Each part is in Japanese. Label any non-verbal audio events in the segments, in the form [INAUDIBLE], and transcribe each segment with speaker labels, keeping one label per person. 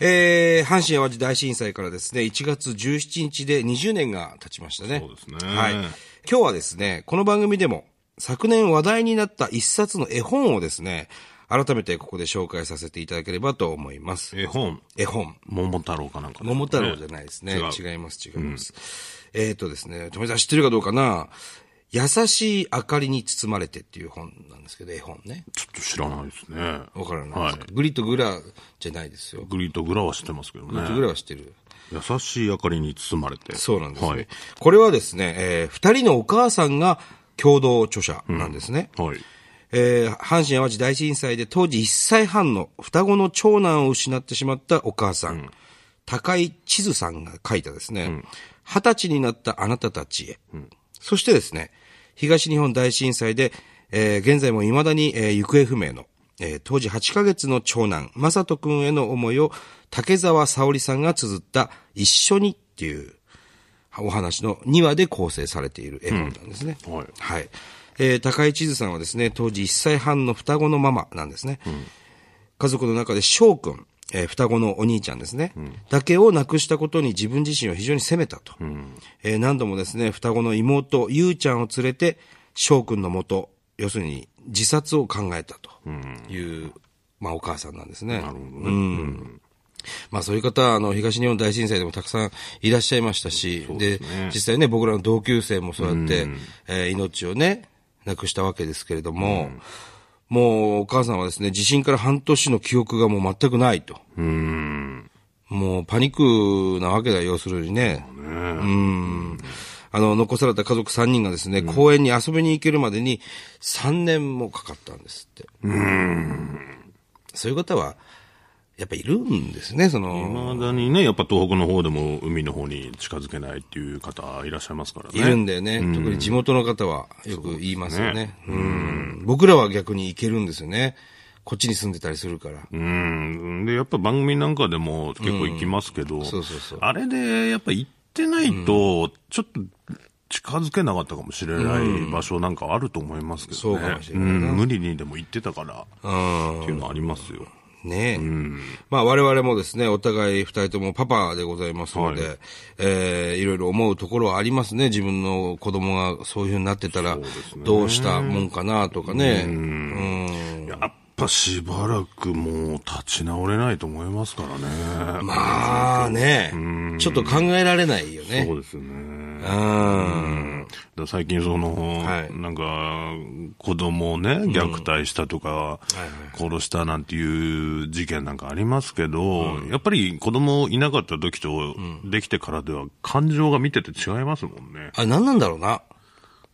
Speaker 1: えー、阪神淡路大震災からですね、1月17日で20年が経ちましたね。
Speaker 2: そうですね
Speaker 1: はい。今日はですね、この番組でも、昨年話題になった一冊の絵本をですね、改めてここで紹介させていただければと思います。
Speaker 2: 絵本、
Speaker 1: 絵本。
Speaker 2: 桃太郎かなんかね
Speaker 1: 桃太郎じゃないですね。
Speaker 2: 違う
Speaker 1: 違います、違います。えっ、とですね、富田さん知ってるかどうかな優しい明かりに包まれてっていう本なんですけど、絵本ね。
Speaker 2: ちょっと知らないですね。
Speaker 1: わからないで
Speaker 2: は
Speaker 1: す
Speaker 2: い
Speaker 1: か、。グリとグラじゃないですよ。グ
Speaker 2: グリーとグラは知ってますけど
Speaker 1: リとグラ
Speaker 2: ね。
Speaker 1: は知ってる。
Speaker 2: 優しい明かりに包まれて。
Speaker 1: そうなんですね。
Speaker 2: はい。
Speaker 1: これはですね、えー二人のお母さんが共同著者なんですね。
Speaker 2: はい。
Speaker 1: えー阪神・淡路大震災で当時1歳半の双子の長男を失ってしまったお母さん、高井千鶴さんが書いたですね、二、十、歳になったあなたたちへ、そしてですね、東日本大震災で、えー現在も未だに、えー行方不明の、えー当時8ヶ月の長男、正人くんへの思いを竹沢沙織さんが綴った一緒にっていうお話の2話で構成されている絵本なんですね。
Speaker 2: うんはい
Speaker 1: はい。えー高井千鶴さんはですね、当時1歳半の双子のママなんですね。家族の中で翔くん、えー双子のお兄ちゃんですね、だけを亡くしたことに自分自身を非常に責めたと。えー何度もですね、双子の妹、ゆうちゃんを連れて、翔くんのもと、要するに自殺を考えたという、まあお母さんなんですね。まあそういう方、あの、東日本大震災でもたくさんいらっしゃいましたし、で実際ね、僕らの同級生もそうやって、えー命をね、なくしたわけですけれども、もうお母さんはですね、地震から半年の記憶がもう全くないと。
Speaker 2: うん。
Speaker 1: もうパニックなわけだよ、要するにね。うん。あの、残された家族3人がですね、公園に遊びに行けるまでに3年もかかったんですって。うん。そういう方は、やっぱいるんですね、その。
Speaker 2: 未だにね、やっぱ東北の方でも海の方に近づけないっていう方いらっしゃいますからね。
Speaker 1: いるんだよね。特に地元の方はよく言いますよ
Speaker 2: そうで
Speaker 1: ね。うん僕らは逆に行けるんですよね。こっちに住んでたりするから。
Speaker 2: うん。で、やっぱ番組なんかでも結構行きますけど、
Speaker 1: そうそうそう
Speaker 2: あれで、やっぱ行ってないと、ちょっと近づけなかったかもしれない場所なんかあると思いますけどね。
Speaker 1: そうかもしれない
Speaker 2: うん無理にでも行ってたから、っていうのありますよ。
Speaker 1: ねえ。まあ我々もですね、お互い二人ともパパでございますので、、
Speaker 2: はい
Speaker 1: えーいろいろ思うところはありますね。自分の子供がそういうふうになってたら、どうしたもんかなとかね。うん
Speaker 2: やっぱしばらくもう立ち直れないと思いますからね。
Speaker 1: まあね、ちょっと考えられないよね。
Speaker 2: そうですよね。
Speaker 1: うん。
Speaker 2: だから最近その、
Speaker 1: はい
Speaker 2: なんか、子供をね、虐待したとか、殺したなんていう事件なんかありますけど、やっぱり子供いなかった時と、できてからでは感情が見てて違いますもんね。
Speaker 1: あ、何なんだろうな。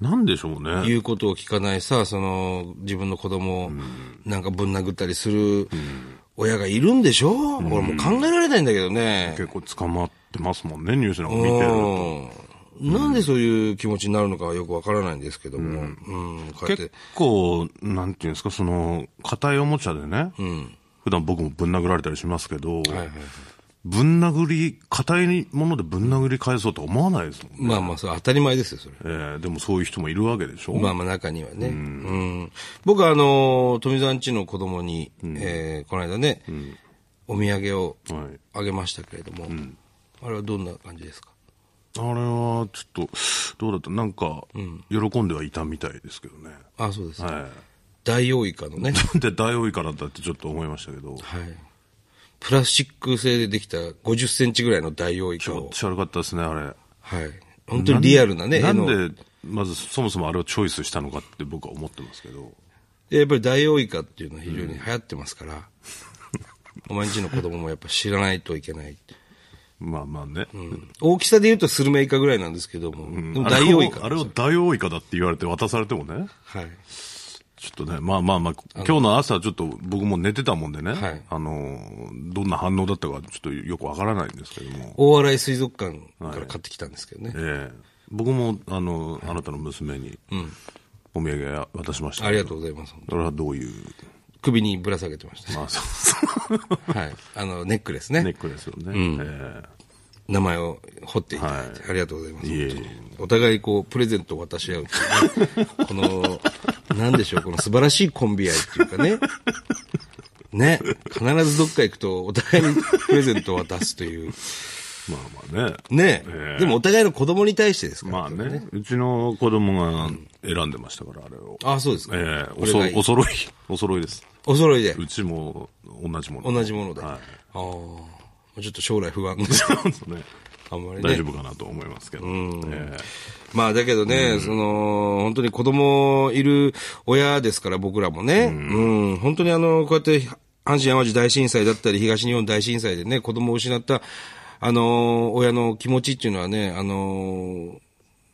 Speaker 2: なんでしょうね。
Speaker 1: 言うことを聞かないさ、その、自分の子供を、なんかぶん殴ったりする、親がいるんでしょ、俺もう考えられないんだけどね。
Speaker 2: 結構捕まってますもんね、ニュースなんか見てると。
Speaker 1: うん。なんでそういう気持ちになるのかはよくわからないんですけども。うん。こうやっ
Speaker 2: 結
Speaker 1: て。
Speaker 2: 構、なんていうんですか、その、硬いおもちゃでね、普段僕もぶん殴られたりしますけど、
Speaker 1: はいはい。
Speaker 2: ぶん殴り、硬いものでぶん殴り返そうとは思わないですもんね。
Speaker 1: まあまあ、それ当たり前ですよ、それ。
Speaker 2: えーでもそういう人もいるわけでしょ、
Speaker 1: まあまあ中にはね。うん。僕はあのー、富山んちの子供に、えーこの間ね、お土産を
Speaker 2: はい、
Speaker 1: あげましたけれども、あれはどんな感じですか
Speaker 2: あれはちょっと、どうだったなんか、喜んではいたみたいですけどね。
Speaker 1: あ、そうです。
Speaker 2: は
Speaker 1: 大王イカのね。
Speaker 2: い。 [LAUGHS] で、ダイオウイカだったってちょっと思いましたけど、
Speaker 1: はい。プラスチック製でできた50センチぐらいのダイオウイ
Speaker 2: 気
Speaker 1: カ
Speaker 2: 持
Speaker 1: を。
Speaker 2: ち悪かったですね、あれ。
Speaker 1: はい。本当にリアルなね、
Speaker 2: な
Speaker 1: 絵
Speaker 2: ん
Speaker 1: の。
Speaker 2: なんで、まずそもそもあれをチョイスしたのかって僕は思ってますけど。
Speaker 1: でやっぱりダイオウイカっていうのは非常に流行ってますから、 [LAUGHS] お前んちの子供もやっぱ知らないといけない。
Speaker 2: まあまあね。
Speaker 1: 大きさで言うとスルメイカぐらいなんですけども、でもダイオウイカ
Speaker 2: あれをあれをダイオウイカだって言われて渡されてもね。
Speaker 1: はい。
Speaker 2: ちょっとね、まあまあまあ、今日の朝ちょっと僕も寝てたもんでね。
Speaker 1: はい
Speaker 2: あの、どんな反応だったかちょっとよくわからないんですけども。
Speaker 1: 大洗水族館から買ってきたんですけどね。
Speaker 2: ええ僕も、あの、あなたの娘に、お土産渡しました。
Speaker 1: ありがとうございます。
Speaker 2: それはどういう、
Speaker 1: 首にぶら下げてまし
Speaker 2: まあ、そうそう
Speaker 1: [LAUGHS] た。はい。あの、ネックレス
Speaker 2: ネ
Speaker 1: ね。
Speaker 2: ックレスよね。え
Speaker 1: 名前を彫っていただいて、ありがとうございます。
Speaker 2: えいえい
Speaker 1: お互いこう、プレゼントを渡し合う [LAUGHS] っていうね、この、なんでしょう、この素晴らしいコンビ愛っていうかね。ね。必ずどっか行くと、お互いにプレゼントを渡すという。
Speaker 2: まあまあね。
Speaker 1: ね、
Speaker 2: ええ
Speaker 1: でもお互いの子供に対してですから
Speaker 2: まあね、うちの子供が選んでましたから、あれを。
Speaker 1: ああ、そうですか。
Speaker 2: ええ
Speaker 1: これがいい
Speaker 2: おそお揃い、お揃いです。
Speaker 1: お揃いで。
Speaker 2: うちも同じもの。
Speaker 1: 同じもので。
Speaker 2: は
Speaker 1: あ
Speaker 2: い [LAUGHS]
Speaker 1: あー。ちょっと将来不安です。
Speaker 2: ね
Speaker 1: あんまりね。
Speaker 2: 大丈夫かなと思いますけど。え
Speaker 1: まあだけどね、その、本当に子供いる親ですから、僕らもね。うん、本当にあの、こうやって、阪神淡路大震災だったり、東日本大震災でね、子供を失った、あの、親の気持ちっていうのはね、あの、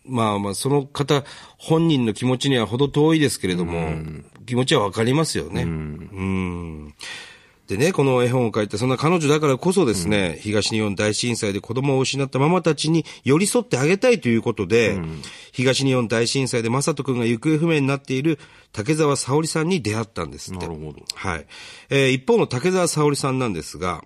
Speaker 1: まあまあ、その方、本人の気持ちにはほど遠いですけれども、気持ちはわかりますよね。うんでね、この絵本を書いた、そんな彼女だからこそですね、東日本大震災で子供を失ったママたちに寄り添ってあげたいということで、東日本大震災で正人くんが行方不明になっている竹澤沙織さんに出会ったんですっ
Speaker 2: え
Speaker 1: て
Speaker 2: なる。ほど。
Speaker 1: はい。えー一方の竹澤沙織さんなんですが、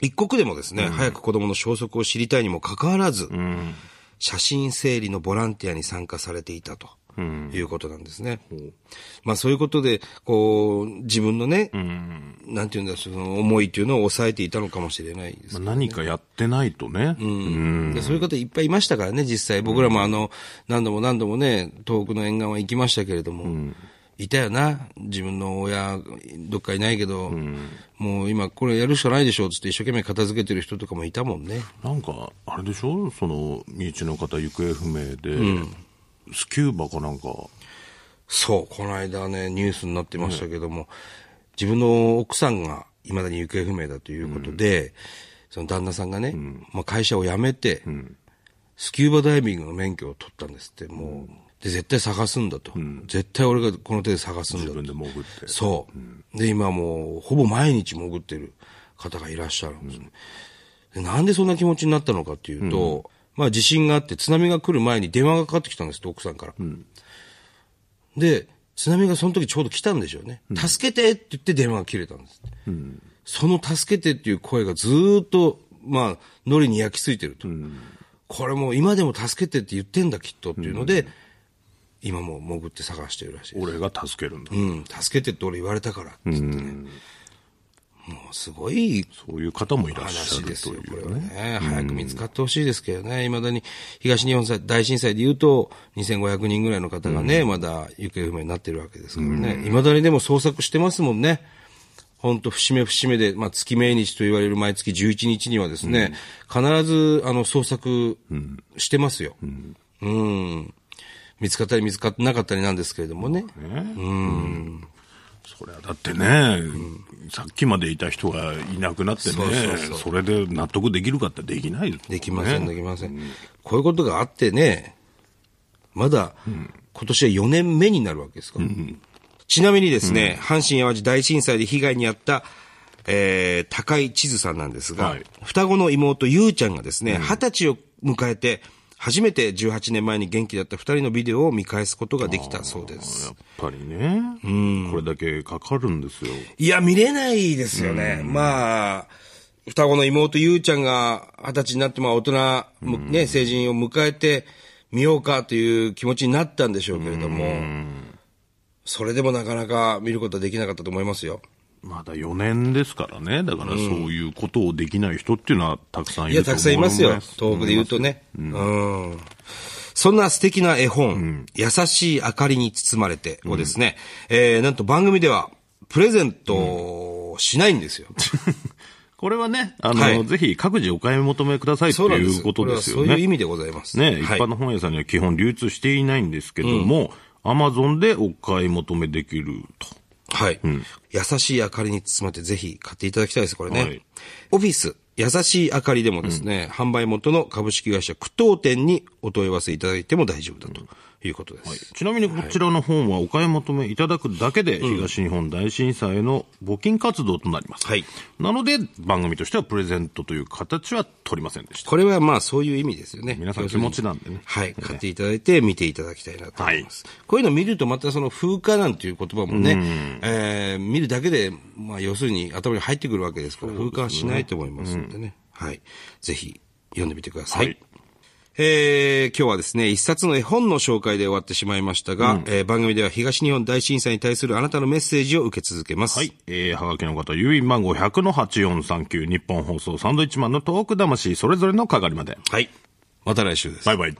Speaker 1: 一刻でもですね、早く子供の消息を知りたいにもかかわらず、
Speaker 2: うん。
Speaker 1: 写真整理のボランティアに参加されていたと。
Speaker 2: うん。
Speaker 1: いうことなんですね。まあそういうことで、こう、自分のね、
Speaker 2: うん。
Speaker 1: なんていうんだ、その思いというのを抑えていたのかもしれないです
Speaker 2: まあ、。何かやってないとね。うん。
Speaker 1: でそういう方いっぱいいましたからね、実際。僕らもあの、何度も何度もね、東北の沿岸は行きましたけれども、いたよな。自分の親、どっかいないけど、もう今これやるしかないでしょ、つって一生懸命片付けてる人とかもいたもんね。
Speaker 2: なんか、あれでしょその、身内の方行方不明で、スキューバかなんか、
Speaker 1: そう、この間ね、ニュースになってましたけども、自分の奥さんが未だに行方不明だということで、その旦那さんがね、まあ、会社を辞めて、スキューバダイビングの免許を取ったんですって、もう、で、絶対探すんだと、絶対俺がこの手で探すんだ
Speaker 2: 自
Speaker 1: と
Speaker 2: 分。で潜って。
Speaker 1: そう、で、今もう、ほぼ毎日潜ってる方がいらっしゃるんですね、でなんでそんな気持ちになったのかっていうと、まあ地震があって津波が来る前に電話がかかってきたんですって、奥さんから。で、津波がその時ちょうど来たんでしょうね。助けてって言って電話が切れたんですって。その助けてっていう声がずーっと、まあ、ノリに焼き付いてると。これもう今でも助けてって言ってんだきっとっていうので、今も潜って探してるらしいです。
Speaker 2: 俺が助けるんだ。
Speaker 1: うん、助けてって俺言われたからって言ってね。もうすごい
Speaker 2: そういう方もいらっし
Speaker 1: 話
Speaker 2: ゃる
Speaker 1: です
Speaker 2: と
Speaker 1: よ、
Speaker 2: い
Speaker 1: これ
Speaker 2: う
Speaker 1: は
Speaker 2: ね。
Speaker 1: ね。早く見つかってほしいですけどね、未だに東日本大震災で言うと、2500人ぐらいの方がね、まだ行方不明になってるわけですからね、未だにでも捜索してますもんね。ほんと、節目節目で、まあ、月命日と言われる毎月11日にはですね、必ず、あの、捜索してますよ。うん。見つかったり見つかってなかったりなんですけれどもね。
Speaker 2: ねうんそりゃだってね、さっきまでいた人がいなくなってね、
Speaker 1: そ
Speaker 2: そう
Speaker 1: そうそう
Speaker 2: れで納得できるかってできない
Speaker 1: できません、で
Speaker 2: ね
Speaker 1: きません。こういうことがあってね、まだ、今年は4年目になるわけですから。ちなみにですね、阪神・淡路大震災で被害に遭った、えー、高井千鶴さんなんですが、
Speaker 2: はい
Speaker 1: 双子の妹、ゆうちゃんがですね、二、十、歳を迎えて、初めて18年前に元気だった二人のビデオを見返すことができたそうです
Speaker 2: や。っぱりね、これだけかかるんですよ。
Speaker 1: いや、見れないですよね。まあ、双子の妹ゆうちゃんが二十歳になって、まあ大人、ね、成人を迎えてみようかという気持ちになったんでしょうけれども、それでもなかなか見ることはできなかったと思いますよ。
Speaker 2: まだ4年ですからね、だからそういうことをできない人っていうのはたくさんい
Speaker 1: いや、
Speaker 2: ると
Speaker 1: た
Speaker 2: 思
Speaker 1: くさんいますよ。
Speaker 2: 思
Speaker 1: 東北で言うとね。うん。そんな素敵な絵本、優しい明かりに包まれてをですね、えーなんと番組ではプレゼントをしないんですよ。
Speaker 2: これはね、あの、
Speaker 1: はい
Speaker 2: ぜひ各自お買い求めくださいって
Speaker 1: そうなんで
Speaker 2: [LAUGHS] い
Speaker 1: す。
Speaker 2: うことですよ
Speaker 1: これはそういう
Speaker 2: ね。
Speaker 1: 意味でございます。
Speaker 2: ね、一
Speaker 1: はい
Speaker 2: 般の本屋さんには基本流通していないんですけども、アマゾンでお買い求めできると。
Speaker 1: はい。優しい明かりに包まれて、ぜひ買っていただきたいです、これね。
Speaker 2: はい
Speaker 1: オフィス、優しい明かりでもですね、販売元の株式会社苦闘店にお問い合わせいただいても大丈夫だということです。
Speaker 2: ちなみにこちらの本はお買い求めいただくだけで東日本大震災への募金活動となります。
Speaker 1: はい
Speaker 2: なので番組としてはプレゼントという形は取りませんでした。
Speaker 1: これはまあそういう意味ですよね。
Speaker 2: 皆さん
Speaker 1: 要するに
Speaker 2: 気持ちなんでね
Speaker 1: はい。買っていただいて見ていただきたいなと思います。こういうの見るとまたその風化なんていう言葉もね、えー見るだけで、まあ要するに頭に入ってくるわけですから、風化はしないと思いますんでね。はい。ぜひ読んでみてください。
Speaker 2: はい
Speaker 1: えー、今日はですね、一冊の絵本の紹介で終わってしまいましたが、えー番組では東日本大震災に対するあなたのメッセージを受け続けます。
Speaker 2: はい。えー、はがきの方、郵便番号100-8439、日本放送サンドイッチマンのトーク魂、それぞれの係まで。
Speaker 1: はい。また来週です。
Speaker 2: バイバイ。